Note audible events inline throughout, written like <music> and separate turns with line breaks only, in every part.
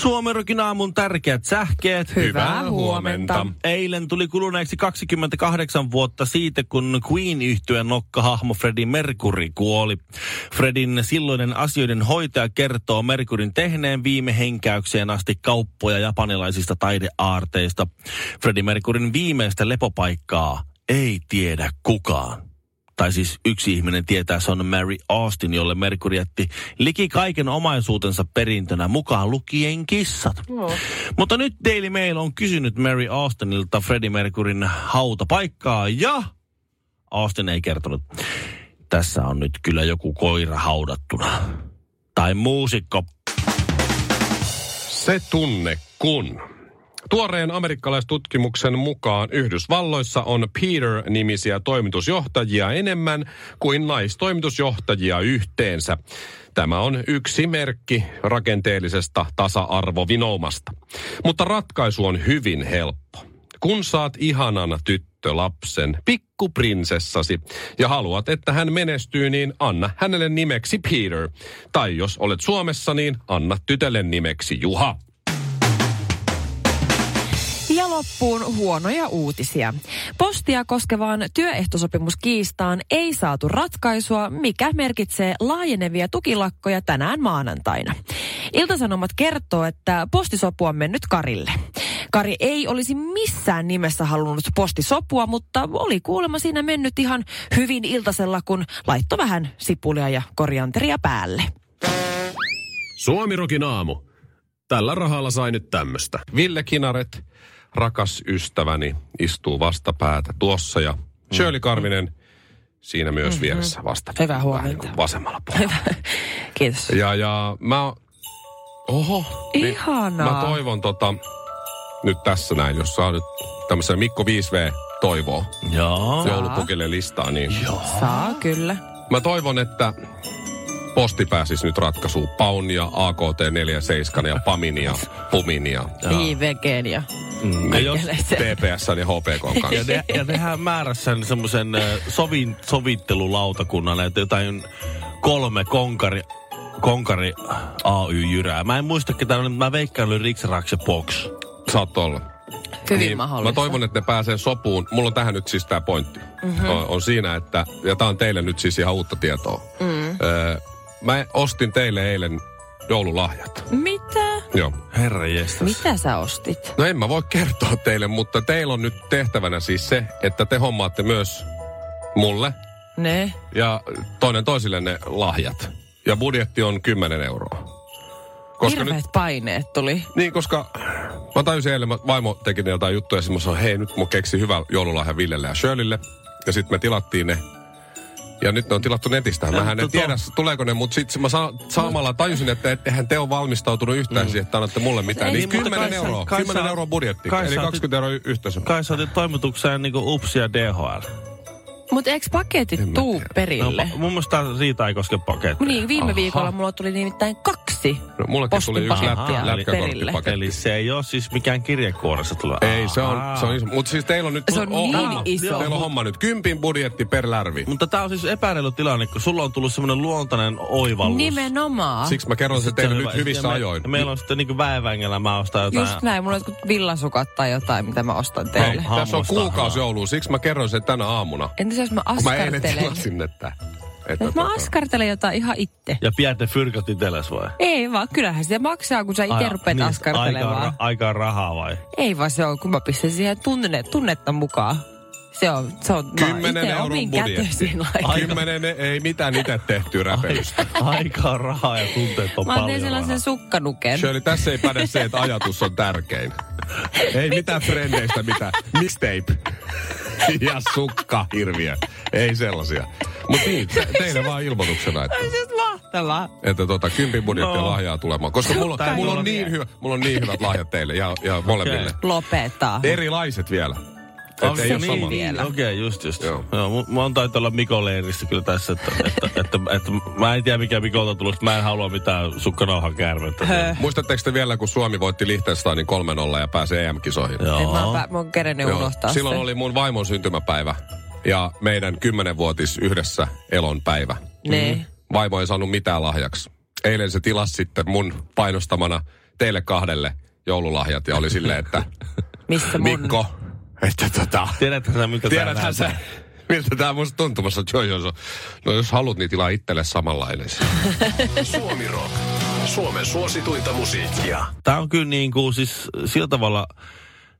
Suomerokin aamun tärkeät sähkeet.
Hyvää huomenta.
Eilen tuli kuluneeksi 28 vuotta siitä, kun Queen yhtyeen nokkahahmo Freddie Mercury kuoli. Fredin silloinen asioiden hoitaja kertoo Mercuryn tehneen viime henkäykseen asti kauppoja japanilaisista taideaarteista. Freddie Mercuryn viimeistä lepopaikkaa ei tiedä kukaan tai siis yksi ihminen tietää, se on Mary Austin, jolle Mercury jätti liki kaiken omaisuutensa perintönä, mukaan lukien kissat. No. Mutta nyt Daily Mail on kysynyt Mary Austinilta Freddie Mercuryn hautapaikkaa ja Austin ei kertonut. Tässä on nyt kyllä joku koira haudattuna. Tai muusikko.
Se tunne kun. Tuoreen amerikkalaistutkimuksen mukaan Yhdysvalloissa on Peter-nimisiä toimitusjohtajia enemmän kuin naistoimitusjohtajia yhteensä. Tämä on yksi merkki rakenteellisesta tasa-arvovinoumasta. Mutta ratkaisu on hyvin helppo. Kun saat ihanan tyttölapsen, pikkuprinsessasi, ja haluat, että hän menestyy, niin anna hänelle nimeksi Peter. Tai jos olet Suomessa, niin anna tytölle nimeksi Juha.
Ja loppuun huonoja uutisia. Postia koskevaan työehtosopimuskiistaan ei saatu ratkaisua, mikä merkitsee laajenevia tukilakkoja tänään maanantaina. Iltasanomat kertoo, että postisopu on mennyt Karille. Kari ei olisi missään nimessä halunnut postisopua, mutta oli kuulemma siinä mennyt ihan hyvin iltasella, kun laitto vähän sipulia ja korianteria päälle.
Suomirokin aamu. Tällä rahalla sai nyt tämmöstä.
Ville Kinaret, rakas ystäväni, istuu vastapäätä tuossa ja Shirley Karvinen siinä myös mm-hmm. vieressä vastapäätä.
Hyvää huomenta.
Vähän niin kuin vasemmalla puolella.
Kiitos.
Ja, ja mä... Oho. Niin
Ihanaa.
Mä toivon tota, nyt tässä näin, jos saa nyt tämmöisen Mikko 5V toivoo
Joo.
joulupukille listaa, niin
Saa kyllä.
mä toivon, että posti pääsisi nyt ratkaisuun. Paun ja AKT47 ja Pamin ja Pumin ja
IVGn ja
Ja jos,
TPS ja HPK
Ja,
kanssa.
te, ja tehdään määrässä semmoisen sovin, sovittelulautakunnan, että jotain kolme konkari, konkari AY-jyrää. Mä en muista ketä, ne oli, mutta mä veikkaan ne oli Rix Rax ja Box.
Saatto olla.
hyvin
Niin,
mahdollista.
Mä toivon, että ne pääsee sopuun. Mulla on tähän nyt siis tämä pointti.
Mhm.
Mm-hmm. On, on siinä, että, ja tämä on teille nyt siis ihan uutta tietoa. Mm. Öö, mä ostin teille eilen joululahjat.
Mitä?
Joo.
Herra jestas.
Mitä sä ostit?
No en mä voi kertoa teille, mutta teillä on nyt tehtävänä siis se, että te hommaatte myös mulle
Ne.
ja toinen toisille ne lahjat. Ja budjetti on 10 euroa.
Koska Hirveät nyt... paineet tuli.
Niin, koska mä tajusin eilen, mä- vaimo teki ne jotain juttuja, ja mä sanoin, hei, nyt mun keksi hyvä joululahja Villelle ja Shirleylle. Ja sitten me tilattiin ne. Ja nyt ne on tilattu netistä. Mä en
tota-
tiedä, tuleeko ne, mutta sitten mä sa- samalla tajusin, että ettehän te ole valmistautunut yhtään
Mm.
siihen, että annatte mulle mitään.
Ei,
Niin,
mutta
10
kai sä-
euroa,
kai sä-
10 euroa budjetti,
kai
eli
sä oot-
20 euroa y- yhteensä.
Kai sä otit toimitukseen niinku UPS ja DHL.
Mutta eikö paketit
mä
tuu
tiedä.
No,
perille?
pa- No, mun mielestä tää Riita ei koske pakettia.
niin, viime viikolla mulla tuli nimittäin kaksi
No, mullekin tuli yksi
postipakettia
lätkä,
perille.
lätkäkorttipaketti.
Eli se ei ole siis mikään kirjekuoressa tuleva.
Ei, se on,
Ahaa.
se on iso. Mutta siis teillä on nyt...
Se on
oh,
niin
oh,
iso.
Teillä on homma nyt. Kympin budjetti per lärvi.
Mutta tää on siis epäreilu tilanne, kun sulla on tullut semmoinen luontainen oivallus.
Nimenomaan. Siksi
Siksi mä kerron sen teille
on
nyt
hyvä. Ja
hyvissä
me-
ajoin.
Meillä on sitten niinku väevängellä mä ostan jotain.
Just näin, mulla on jotkut villasukat tai jotain, mitä mä ostan
Hei,
teille.
Hammas
tässä on kuukausi
tahansa.
joulua, siksi mä kerron sen tänä aamuna.
Entäs jos mä
Kun Mä eilen
askartelen?
tilasin, että... että
Jos mä
tota-
askartelen jotain ihan itse.
Ja pidät ne fyrkat itelles vai?
Ei vaan, kyllähän se maksaa, kun sä itse
Ai-
rupeat
niin,
askartelemaan.
Aikaa, aikaa rahaa vai?
Ei vaan se on, kun mä pistän siihen tunne, tunnetta mukaan. Se on, se on, mä
Kymmenen
itse
euron
omin
budjetti.
kätöisin laitan.
Kymmenen ei mitään itse tehty räpelystä.
Aikaa rahaa ja tunteet on
Mä tein
paljon
sellaisen
rahaa.
sukkanuken.
Shirley, tässä ei päde se, että ajatus on tärkein. Ei mitään frendeistä, mitään. Mixtape. Ja sukka, hirviö. Ei sellaisia. Mutta niin, te- teille vaan ilmoituksena, että,
Se on siis mahtavaa.
että tota, kympin budjettia
No.
lahjaa tulemaan. Koska mulla,
Tää ei
mulla, on
ole
niin
vielä.
hyvä, mulla on niin hyvät lahjat teille ja, ja molemmille.
Lopeta.
Erilaiset vielä. Et ei
se
ole sama.
niin?
vielä.
Okei, okay, just just. Joo.
Joo.
Joo, mu- mä oon taitaa olla Mikon leirissä kyllä tässä, että, että, että, että, että mä en tiedä mikä Mikolta tullut, että mä en halua mitään sukkanauhan käärmettä.
Muistatteko te vielä, kun Suomi voitti Liechtensteinin 3-0 ja pääsi EM-kisoihin?
Nyt mä oon,
Joo.
pä- mä oon kerennyt
Joo.
unohtaa
Silloin
sen.
oli mun vaimon syntymäpäivä ja meidän 10-vuotis yhdessä elon päivä.
Niin.
Vaimo ei saanut mitään lahjaksi. Eilen se tilasi sitten mun painostamana teille kahdelle joululahjat ja oli silleen,
<laughs>
että
Missä mun...
Mikko, että tota,
Tiedätkö sä, miltä tää
tiedäthän sä,
<laughs> näyttää?
miltä tää musta tuntumassa. Joo, joo, se on. no jos haluat, niin tilaa itselle samanlainen.
Mm.
Suomi Rock. Suomen suosituinta musiikkia.
Tää on kyllä niin kuin siis sillä tavalla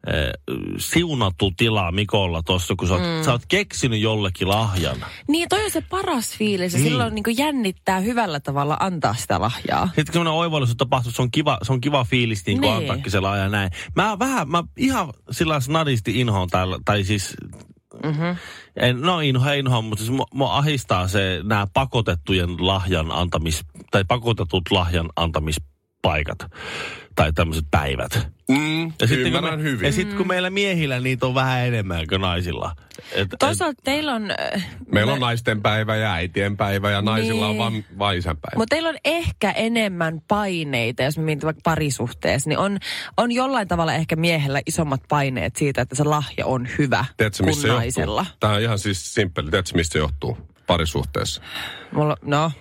eh, siunattu tila Mikolla tossa, kun sä oot, mm. sä oot keksinyt jollekin lahjan.
Niin, toi on se paras fiilis. Ja
Niin.
silloin niin jännittää hyvällä tavalla antaa sitä lahjaa.
Sitten kun oivallus on tapahtunut, se on kiva, se on kiva fiilis niin kuin
Niin.
antaakin se lahja ja näin. Mä vähän, mä ihan sillä snadisti inhoon täällä, tai siis... Mm-hmm. En, no inho, ei inho, mutta siis mua, mua ahistaa se nämä pakotettujen lahjan antamis... Tai pakotetut lahjan antamispaikat. Tai tämmöiset päivät.
Mm,
Ja sitten, niin kun,
ymmärrän
me,
hyvin.
ja sitten kun meillä miehillä niitä on vähän enemmän kuin naisilla. Et, et,
Toisaalta teillä on... äh,
Meillä on naisten päivä ja äitien päivä ja naisilla on
Niin.
vain vaan isänpäivä.
Mutta teillä on ehkä enemmän paineita, jos me mietin vaikka parisuhteessa, niin on, on jollain tavalla ehkä miehellä isommat paineet siitä, että se lahja on hyvä
Tiedätkö,
kuin
mistä se
naisella.
johtuu? Tämä on ihan siis simppeli. Tiedätkö, mistä se johtuu parisuhteessa?
Mulla, no,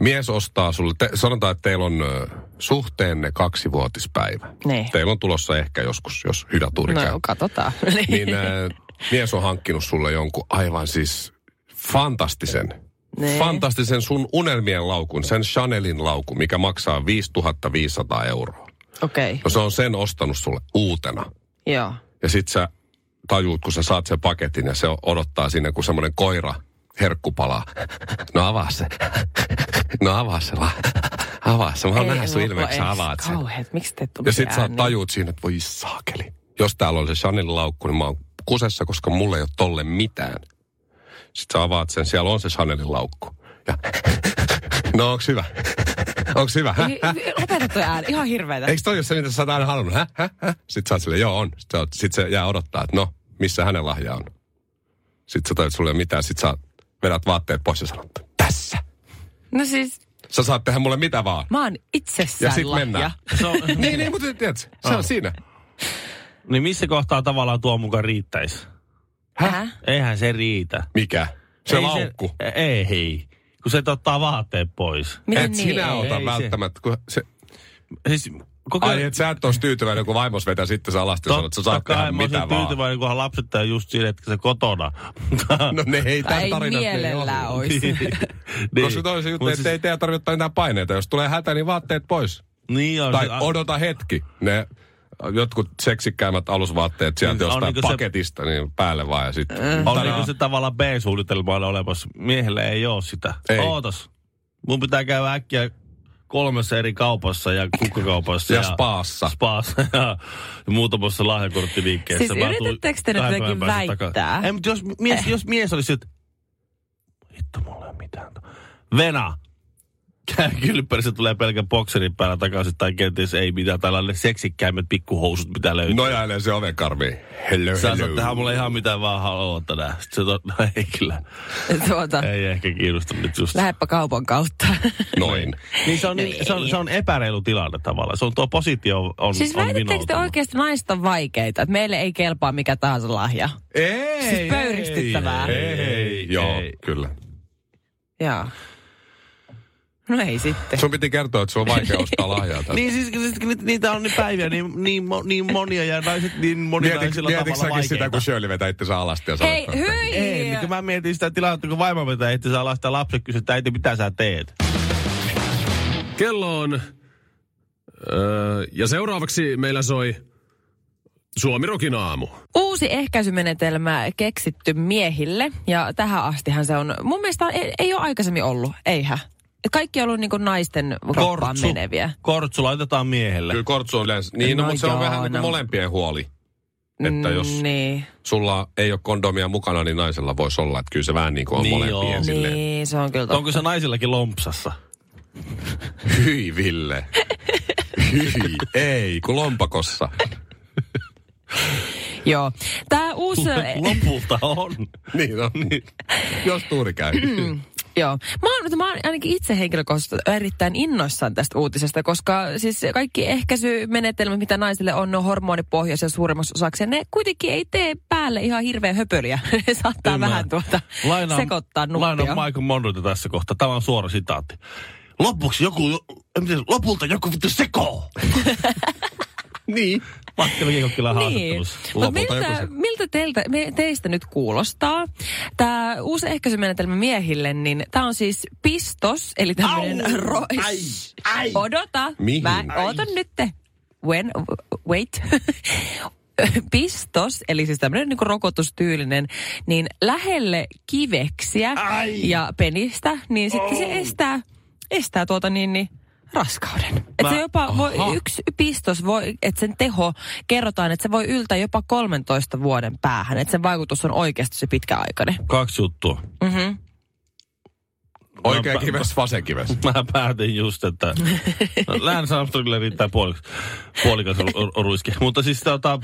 Mies ostaa sulle, te, sanotaan, että teillä on ö, suhteenne kaksivuotispäivä.
Niin.
Teillä on tulossa ehkä joskus, jos hyvä tuuri käy.
no katsotaan. <laughs>
Niin ö, mies on hankkinut sulle jonkun aivan siis fantastisen,
Niin.
fantastisen sun unelmien laukun, sen Chanelin laukun, mikä maksaa 5500 euroa.
Okei, okay.
No se on sen ostanut sulle uutena.
joo.
Ja sit sä tajuut, kun sä saat sen paketin ja se odottaa sinne, kun semmoinen koira herkkupalaa. No avaa se. No avaa se vaan. Avaa se. Mä oon
Ei
nähdä sun
lopua
ilmeeksi, sä
edes.
avaat sen.
Kauheet, miksi te ette
Ja sit sä tajuut siinä, että voi saakeli. Jos täällä on se Chanel laukku, niin mä oon kusessa, koska mulla ei ole tolle mitään. Sit sä avaat sen, siellä on se Chanelin laukku. Ja no onks hyvä? Onks hyvä? Häh? Häh?
Lopeta toi ääni, ihan hirveetä.
Eikö Äh. toi ole se, mitä sä oot aina halunnut? Häh? Häh? Häh? Sitten sä oot silleen, joo on. Sitten, oot, sit se jää odottaa, että no, missä hänen lahja on. Sitten sä tajut sulle ei ole mitään, sit sä vedät vaatteet pois ja sanot, tässä.
No siis,
Sä saat tehdä mulle mitä vaan.
mä oon
Ja
itsessään
sit
lahja.
mennään.
<laughs>
se on,
niin, niin, mutta tiedät, sä, se on siinä.
niin missä kohtaa tavallaan tuo mukaan riittäisi?
Häh?
Eihän se riitä.
Mikä? Se
ei
laukku.
Se, ei, ei, kun se ottaa vaatteet pois.
Miten
et
niin?
sinä
ei?
ota
Ei se.
välttämättä, kun se,
Siis koko
ai et sä et ois tyytyväinen, kun vaimos vetää sitten sä alasti ja sanot, sä saat tehdä
kai mä
mitä
olisin
vaan.
tyytyväinen, kunhan lapset tää just siinä, että se
<laughs>
kotona. Mutta-
No ne ei
Tai
tämän
ei
tarinasta ei
mielellään
ole.
ois.
niin.
Koska toisin juttu,
Mut
että ei teidän tarvitse ottaa mitään paineita. Jos tulee hätä, niin vaatteet pois.
Niin on.
Tai
se-
odota hetki. Ne jotkut seksikkäimmät alusvaatteet sieltä
Niin, on
jostain
niinku se-
paketista, niin päälle vaan ja sitten.
Oliko niinku se tavallaan B-suunnitelma on olemassa? Miehellä ei ole sitä.
Ei.
Ootas. Mun pitää käydä äkkiä kolmessa eri kaupassa ja kukkakaupassa.
Ja spaassa.
Spaassa <laughs> ja muutamassa lahjakorttiliikkeessä.
Siis
Mä tuun
yritättekö te nyt
kahden
jotenkin
päivän päästä
väittää? Eh.
takaisin. Ei, mutta jos mies, jos mies olisi, että vittu, mulla ei ole mitään. Vena, <laughs> käy kylppäri, se tulee pelkän bokserin päällä takaisin, tai kenties ei mitään, tällainen seksikkäimmät pikkuhousut, mitä löytyy.
Nojailee se ovenkarvi. Hello,
Sä sanot, että mulle ihan mitä vaan haluaa tänään. Sitten se to- <laughs> no ei kyllä.
<laughs> Tuota,
Ei ehkä kiinnosta nyt just.
lähepä kaupan kautta.
Noin.
Niin se on,
No
niin, se, on,
ei.
se on epäreilu tilanne tavallaan. Se on tuo positio on on
Siis väitättekö te
vinoutunut.
oikeasti naiset on vaikeita, että meille ei kelpaa mikä tahansa lahja?
Ei,
Siis pöyristyttävää.
Ei, ei, ei. Joo,
ei.
kyllä.
Joo. No ei sitten.
Sun piti kertoa, että se on vaikea ostaa lahjaa tästä.
Niin siis, siis kun niitä- niitä on niin päiviä niin, niin, mo- niin monia ja naiset niin moninaisilla
Mietitkö
tavalla
säkin sitä,
vaikeita.
kun Shirley vetää itsensä alasti ja sanoo,
Hei,
että-
hyi!
Ei, niin kun mä mietin sitä tilannetta, kun vaimo vetää itse saa lasta lapset kysyä, että äiti, mitä sä teet?
Kello on... Öö, ja seuraavaksi meillä soi Suomi Rokin aamu.
Uusi ehkäisymenetelmä keksitty miehille, ja tähän astihan se on, mun mielestä ei, ei ole aikaisemmin ollut, eihän. Kaikki on ollut niin kuin naisten kroppaan meneviä.
kortsu laitetaan miehelle.
Kyllä kortsu on yleensä. Niin, no,
No
mutta se on
joo,
vähän niin kuin
no.
molempien huoli. Että jos
Niin,
sulla ei ole kondomia mukana, niin naisella voisi olla. Että kyllä se vähän niin kuin on
Niin joo.
molempien silleen.
niin se on kyllä totta.
Onko se naisillakin lompsassa?
Niin.
Hyi Ville.
<laughs>
Hyi. Ei, kun lompakossa.
Joo. Tämä uusi uusi...
<laughs> Lopulta on. Mm.
Niin on. Niin. Jos tuuri käy.
Joo. Mä oon, mä oon ainakin itse henkilökohtaisesti erittäin innoissaan tästä uutisesta, koska siis kaikki ehkäisymenetelmät, mitä naisille on, ne on hormonipohjaisia suurimmaksi osaksi. Ja ne kuitenkin ei tee päälle ihan hirveä höpöliä. <laughs> Ne saattaa
Ymmärrän.
vähän tuota
Lainaan-
sekoittaa nuppia.
Lainaan Michael Monroeta tässä kohtaa. Tämä on suora sitaatti. Lopuksi joku, en tiedä, lopulta joku vittu sekoo.
<laughs> niin.
Matti Mäkikokkilan
Niin.
haastattelussa.
Mut
Lopulta joku
miltä,
se-
miltä teiltä, me, teistä nyt kuulostaa? Tämä uusi ehkäisymenetelmä miehille, niin tämä on siis pistos, eli <laughs> tämmöinen ro...
Ai, ai.
Odota.
Mihin?
Mä, ootan nyt. When, wait. <laughs> pistos, eli siis tämmöinen niin rokotustyylinen, niin lähelle kiveksiä
Ai. Oh.
ja penistä, niin sitten se estää, estää tuota niin, niin raskauden. Et
Mä-
se jopa
Aha.
voi, yksi pistos, voi, että sen teho kerrotaan, että se voi yltää jopa 13 vuoden päähän. Että sen vaikutus on oikeasti se pitkäaikainen.
Kaksi juttua.
Oikea
No, pä-
kives, vasen kives.
Mä päätin just,
<laughs>
että Lance Armstrongille riittää puolikas, puolikas ru- ru- ruiske. Mutta siis tota,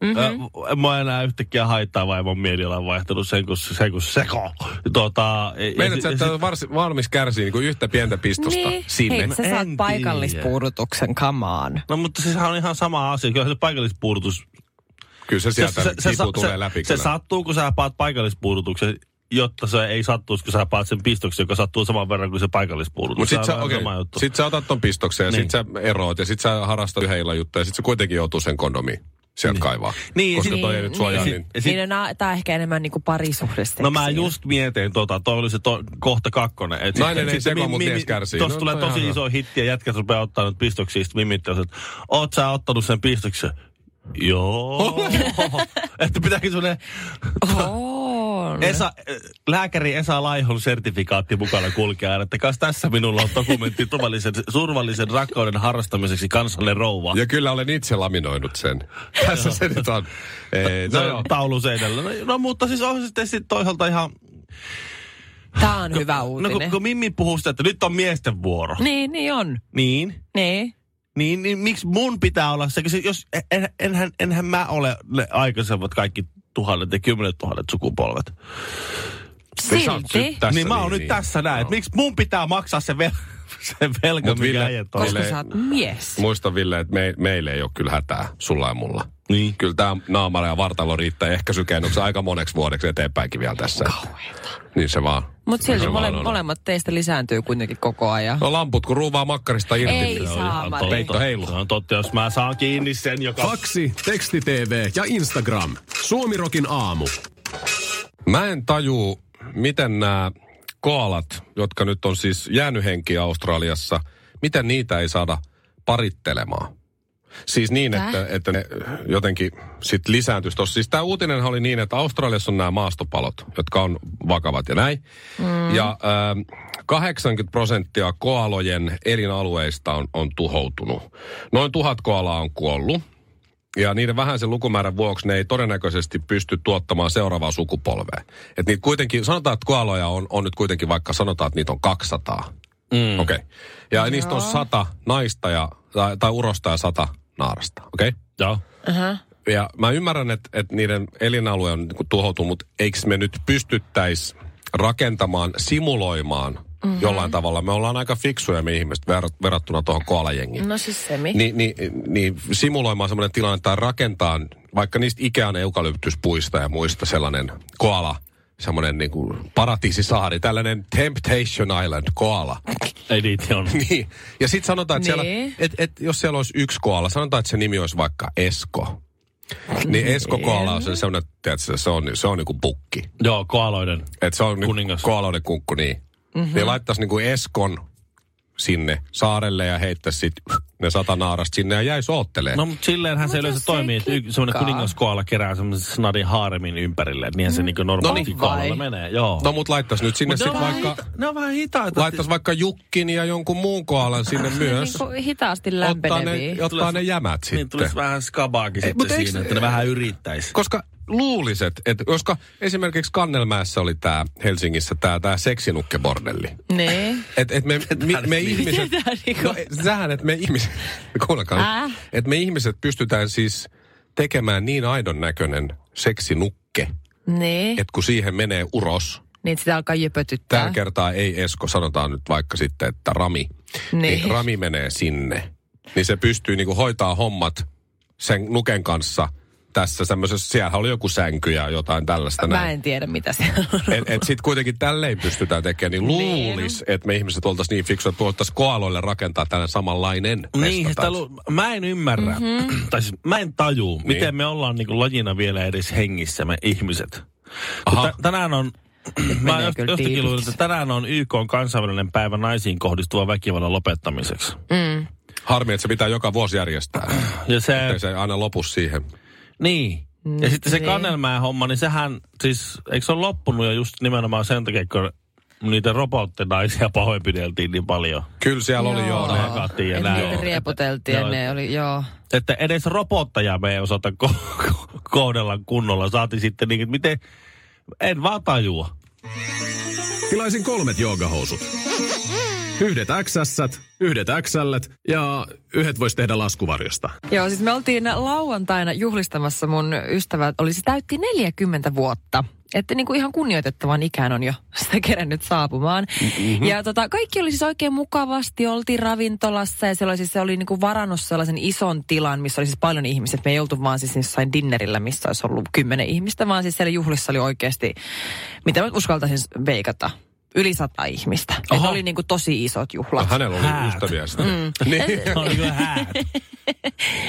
mm-hmm. mä enää yhtäkkiä haittaa vaimon mielialan vaihtelu sen kun, sen kun seko. Tota, ja- ja
Meidät
si-
sä,
ja
että
sit-
varsi, valmis kärsii niin kuin yhtä pientä pistosta
Niin,
sinne.
hei, sä
En
saat
tiedä.
paikallispuudutuksen, come on.
No mutta sehän on ihan sama asia. Kyllä se paikallispuudutus
Kyllä se sieltä se, se,
sa-
tulee läpi.
Siis se
kyllä.
sattuu, kun sä paat paikallispuudutuksen, jotta se ei sattuisi, kun sä paat sen pistoksen, joka sattuu saman verran kuin se paikallispuudutus.
Mut sit
Se
sä,
on vähän
okay,
sama juttu.
sit sä otat ton pistoksen ja
Niin.
sit sä eroot ja sit sä harrastat yhden illan juttuja ja sit se kuitenkin joutuu sen kondomiin sieltä kaivaa.
Niin,
koska
sit-
toi ei nyt suojaa
Sit-
niin.
ja sit-
Niin, no, tämä ehkä enemmän niinku parisuhdessa.
No mä just mietin tota, toi oli se to, kohta kakkonen. Et
Nainen ei seko, mut mies kärsii.
Tuossa
No,
tulee
toi on
tosi
ihan
iso hitti ja jätkät rupeaa ottaa nyt pistoksi, ja sit mimittää, että oot sä ottanut sen pistoksen?
<laughs>
Joo. että pitääkö sulle
On.
Esa, eh, lääkäri Esa Laihon sertifikaatti mukana kulkea, aina, että kas tässä minulla on dokumentti turvallisen, survallisen rakkauden harrastamiseksi kansalle rouva.
Ja kyllä olen itse laminoinut sen. Tässä se nyt on. Ei,
No,
no joo.
taulu seinällä. No, no mutta siis on se sitten sit toisaalta ihan...
Tää on hyvä uutinen.
No kun, kun Mimmi puhuu sitä, että nyt on miesten vuoro.
Niin, niin on.
Niin.
Niin.
Niin, niin miksi mun pitää olla se, kun se- jos, e, en, enhän, enhän mä ole ne aikaisemmat kaikki tuhannet ja kymmenet tuhannet sukupolvet.
Niin sä oot
Silti.
nyt tässä,
niin mä oon
niin,
nyt
niin.
tässä näin, että miksi mun pitää maksaa se, vel, <laughs> se velka,
Mut
mikä
Ville-
äijät on.
Koska sä oot mies.
Muista Ville, että me, meillä ei ole kyllä hätää, sulla ja mulla.
Niin.
Kyllä tämä naamara ja vartalo riittää ehkä sykennyksen aika moneksi vuodeksi eteenpäinkin vielä tässä. Kauheeta. Niin se vaan.
Mutta silti
se vaan
mole,
on.
molemmat teistä lisääntyy kuitenkin koko ajan.
No lamput, kun ruuvaa makkarista irti.
Ei
Ville.
saa.
Ihan
Saamari.
totta.
Peitto heilu.
Se on totta, jos mä saan kiinni sen, joka...
Faksi, teksti TV ja Instagram. Suomirokin aamu.
Mä en tajuu, miten nämä koalat, jotka nyt on siis jäänyt henkiä Australiassa, miten niitä ei saada parittelemaan. Siis niin,
Tää?
että, että ne jotenkin sit lisääntyisi tossa. Siis tämä uutinen oli niin, että Australiassa on nämä maastopalot, jotka on vakavat ja näin. Mm. Ja äh, 80 prosenttia koalojen elinalueista on, on tuhoutunut. Noin tuhat koalaa on kuollut. Ja niiden vähäisen lukumäärän vuoksi ne ei todennäköisesti pysty tuottamaan seuraavaa sukupolvea. Et niitä kuitenkin, sanotaan, että koaloja on, on nyt kuitenkin vaikka sanotaan, että niitä on 200. Mm. Okei. Okay. Ja Joo. niistä on sata naista ja, tai, tai urosta ja sata naarasta. Okei? Okay?
Joo.
Ja mä ymmärrän, että, että niiden elinalue on niin tuhoutunut, mutta eikö me nyt pystyttäisi rakentamaan, simuloimaan mm-hmm. jollain tavalla? Me ollaan aika fiksuja me ihmiset ver- verrattuna tuohon koalajengiin
No siis semi.
niin, niin, niin simuloimaan semmoinen tilanne tai rakentaa vaikka niistä Ikean eukalyptuspuista ja muista sellainen koala, semmoinen niin kuin paratiisisaari, tällainen Temptation Island koala. <laughs>
Ei niitä on.
niin. Ja sitten sanotaan, että siellä,
Niin.
et, et, jos siellä olisi yksi koala, sanotaan, että se nimi olisi vaikka Esko. Niin Esko koala on se semmoinen, tiedätkö, se on, se on niin kuin bukki.
Joo, koaloiden.
Et se on
Kuningas.
Kuningas. koaloiden kunkku, niin. Mm-hmm. Ne laittaisi niinku Eskon sinne saarelle ja heittäisi sit ne sata naarasta sinne ja jäisi oottelee.
No,
No,
mutta silleenhän se
Mut
yleensä
jos
toimii,
ei
että y-
klikkaa.
semmoinen kuningaskoala kerää semmoisen snadin haaremin ympärille, että niinhän
Mm.
se niinku normaalisti
niin,
On
koalalla
vai?
menee. Joo.
no mutta laittaisi nyt sinne
Mut ne,
sit
on vähän
vaikka,
hita- ne on vähän hitaita.
laittaisi vaikka Jukkin ja jonkun muun koalan sinne myös.
Niin hitaasti
Ottaa ne,
lämpeneviä.
ottaa ne jämät
Niin
sitten.
tulisi vähän skabaakin
Ei,
sitten
mut
siinä,
eiks-
että ne vähän yrittäisi.
Koska luuliset, että koska esimerkiksi Kannelmäessä oli tämä Helsingissä tämä tää seksinukkebordelli.
Niin.
<laughs> Et, et me, me, me ihmiset,
Mitä tää niinku-
<laughs> no, sähän, että me ihmiset, kuullakaan,
Ää?
että me ihmiset pystytään siis tekemään niin aidon näköinen seksinukke,
Niin,
että kun siihen menee uros,
niin sitä alkaa jöpötyttää.
tällä kertaa ei Esko, sanotaan nyt vaikka sitten, että Rami, niin,
Niin.
niin Rami menee sinne, niin se pystyy niinku hoitaa hommat sen nuken kanssa tässä semmoisessa, siellä oli joku sänky ja jotain tällaista
Mä
näin.
en tiedä, mitä se on.
Et, et sit kuitenkin tälleen pystytään tekemään, niin
Niin.
luulis, että me ihmiset oltaisiin niin fiksuja, että tuottaisiin koaloille rakentaa tällainen samanlainen
Niin, sitä
mestatanssi.
lu- mä en ymmärrä, mm-hmm. tai siis mä en tajuu, niin. miten me ollaan niin lajina vielä edes hengissä me ihmiset. Kun
Aha.
Tä, tänään on, mä
menee
just,
kyllä
jostakin luin,
tiipiksi.
että tänään on YK on kansainvälinen päivä naisiin kohdistuvan väkivallan lopettamiseksi.
Harmi, että se pitää joka vuosi järjestää.
Ja se,
Ei se aina lopu siihen.
niin. Ja sitten se
niin.
kannelmää homma, niin sehän siis, eikö se ole loppunut jo just nimenomaan sen takia, kun niitä robottinaisia pahoinpideltiin niin paljon.
Kyllä siellä oli joo ne.
hakattiin ja
Et
näin.
niitä riepoteltiin ja
Joo.
ne oli, joo.
Että edes robottaja me ei osata ko- ko- kohdella kunnolla. Saati sitten niin, että miten, en vaan tajua.
Tilaisin kolmet joogahousut. Yhdet XS, yhdet XL ja yhdet voisi tehdä laskuvarjosta.
Joo, siis me oltiin lauantaina juhlistamassa mun ystävät, oli se täytti 40 vuotta. Että niin kuin ihan kunnioitettavan ikään on jo <laughs> sitä kerännyt saapumaan. Mm-hmm. Ja tota, kaikki oli siis oikein mukavasti, oltiin ravintolassa ja siellä oli siis, se oli niin kuin varannut sellaisen ison tilan, missä oli siis paljon ihmisiä. Me ei oltu vaan siis jossain dinnerillä, missä olisi ollut kymmenen ihmistä, vaan siis siellä juhlissa oli oikeasti, mitä mä nyt uskaltaisin veikata, yli sata ihmistä. Et
Oho.
oli niin kuin tosi isot juhlat.
No, Hänellä oli
Häät.
ystäviä sitten. Mm. Niin.
Se on kyllä häät.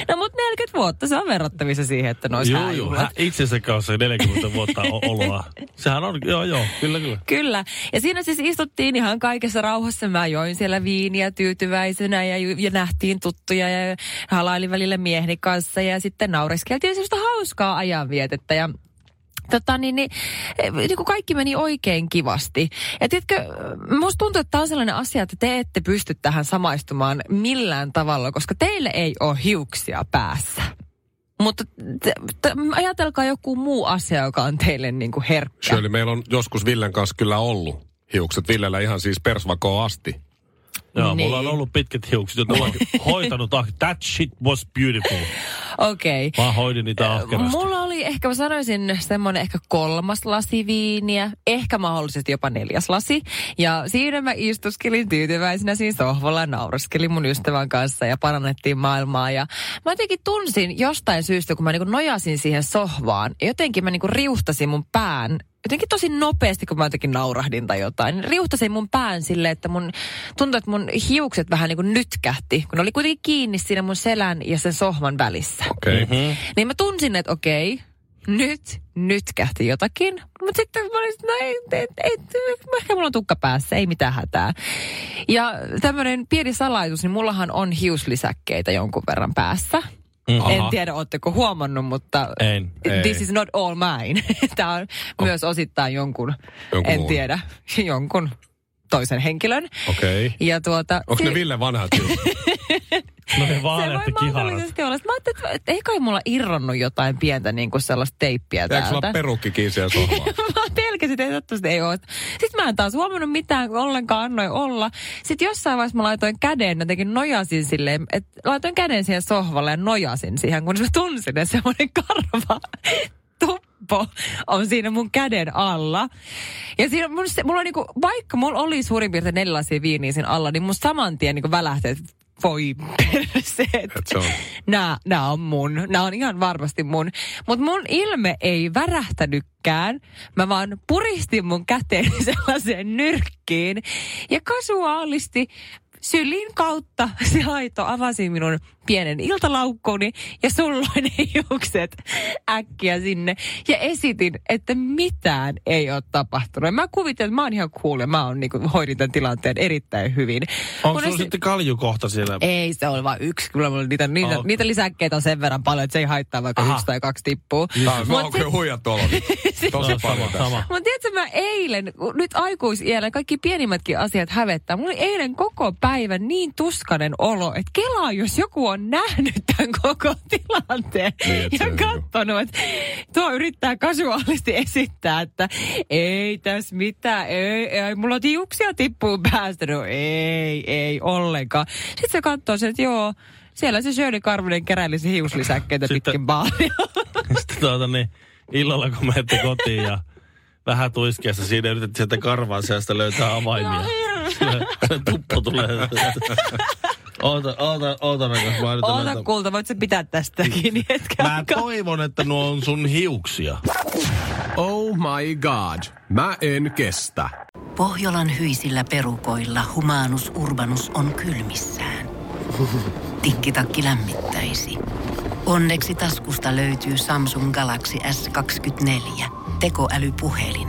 No mutta 40 vuotta, se on verrattavissa siihen, että nois
Joo, joo. Hä, itsensä kanssa 40 vuotta o- oloa. Sehän on, joo, joo, kyllä, kyllä.
Kyllä. Ja siinä siis istuttiin ihan kaikessa rauhassa. Mä join siellä viiniä tyytyväisenä ja, ju- ja nähtiin tuttuja ja halailin välillä mieheni kanssa ja sitten naureskeltiin sellaista hauskaa ajanvietettä ja Tota, niin, niin, eh, niin kuin kaikki meni oikein kivasti. Ja tiedätkö, musta tuntuu, että tämä on sellainen asia, että te ette pysty tähän samaistumaan millään tavalla, koska teille ei ole hiuksia päässä. Mutta te, te, ajatelkaa joku muu asia, joka on teille niin kuin herkkä.
Shirley, meillä on joskus Villen kanssa kyllä ollut hiukset. Villellä ihan siis persvakoon asti.
Joo,
Niin.
niin. mulla on ollut pitkät hiukset, joita olen hoitanut. ah- That shit was beautiful.
Okei. Okay.
Mä hoidin niitä ahkerasti.
Äh, Mulla oli ehkä, mä sanoisin, semmoinen ehkä kolmas lasi viiniä, ehkä mahdollisesti jopa neljäs lasi. Ja siinä mä istuskelin tyytyväisenä siinä sohvalla, naureskelin mun ystävän kanssa ja parannettiin maailmaa. Ja mä jotenkin tunsin jostain syystä, kun mä niinku nojasin siihen sohvaan, ja jotenkin mä niinku riuhtasin mun pään jotenkin tosi nopeasti, kun mä jotenkin naurahdin tai jotain, niin riuhtasin mun pään silleen, että mun tuntui, että mun hiukset vähän niin kuin nytkähti, kun ne oli kuitenkin kiinni siinä mun selän ja sen sohvan välissä.
Okei. Okay.
Mm.
Niin mä tunsin, että okei, nyt, nyt kähti jotakin. Mutta sitten mä olin, no ei, ei, ei, ehkä mulla on tukka päässä, ei mitään hätää. Ja tämmöinen pieni salaisuus, niin mullahan on hiuslisäkkeitä jonkun verran päässä.
Mm.
En tiedä, ootteko huomannut, mutta
En.
this is not all mine. <laughs> Tämä on myös osittain jonkun,
Oh. Jonkun
en
muun.
tiedä, jonkun toisen henkilön.
Okei. Okay.
Ja tuota,
Onko
si-
ne Ville vanhat hiukset?
No ne
se voi
vaaleat ja kiharat.
mahdollisesti olla. Sitten Mä ajattelin, että- että ei kai mulla irronnut jotain pientä niin kuin sellaista teippiä
Jääkö sulla
täältä.
perukki kiinni siellä sohvaan?
<laughs> mä pelkäsin, että ei toivottavasti ei ole. Sitten mä en taas huomannut mitään, kun ollenkaan annoin olla. Sitten jossain vaiheessa mä laitoin käden, jotenkin nojasin silleen, että laitoin käden siihen sohvalle ja nojasin siihen, kun mä tunsin, että semmoinen karva <laughs> tuppo on siinä mun käden alla. Ja siinä mun, se- mulla on niinku, vaikka mulla oli suurin piirtein neljä lasia viiniä siinä alla, niin mun saman tien niinku välähti, että voi perseet
Et se on.
nää, nää on mun, nää on ihan varmasti mun. Mutta mun ilme ei värähtänytkään. Mä vaan puristin mun käteen <laughs> sellaiseen nyrkkiin ja kasuaalisti sylin kautta <laughs> se aito avasi minun pienen iltalaukkuni ja sulloin ne hiukset äkkiä sinne. Ja esitin, että mitään ei ole tapahtunut. Mä kuvittelin, että mä oon ihan cool ja mä oon niin hoidin tämän tilanteen erittäin hyvin.
Onko
Kunnes-
sulla sitten kaljukohta siellä?
ei, se oli vain yksi. Kyllä mulla niitä, niitä, okay.
Okei.
niitä lisäkkeitä on sen verran paljon, että se ei haittaa vaikka Aha.
Aha.
yksi tai kaksi tippuu.
Tää on, mä oon
Mut sit-
kyllä huijattu olo. Tosi
No,
paljon
sama,
tässä.
sama.
Mutta tiedätkö, mä eilen, kun nyt aikuisiellä kaikki pienimmätkin asiat hävettää. Mulla oli eilen koko päivän niin tuskanen olo, että kelaa, jos joku on nähnyt tämän koko tilanteen
Niin, et
ja
se on
katsonut, että tuo yrittää kasuaalisti esittää, että ei tässä mitään, ei, ei, mulla on tiuksia tippuu päästä. No ei, ei ollenkaan. Sitten se katsoo sen, että joo, Siellä se Shirley Karvinen keräilisi hiuslisäkkeitä
Sitten-
pitkin baaria.
tota
<laughs>
Sitten tuota niin, illalla kun menette kotiin ja vähän tuiskeessa siinä yritettiin sieltä karvaan sieltä löytää avaimia. Tulee- Tuppo tulee. Oota, oota, oota, rakas, mä yritän
Oota
löytää-
kulta, voit sä pitää tästä kiinni hetken
Mä
aikaa?
toivon, että nuo on sun hiuksia.
Oh my god, mä en kestä.
Pohjolan hyisillä perukoilla humanus urbanus on kylmissään. Tikkitakki lämmittäisi. Onneksi taskusta löytyy Samsung Galaxy S24. Tekoälypuhelin.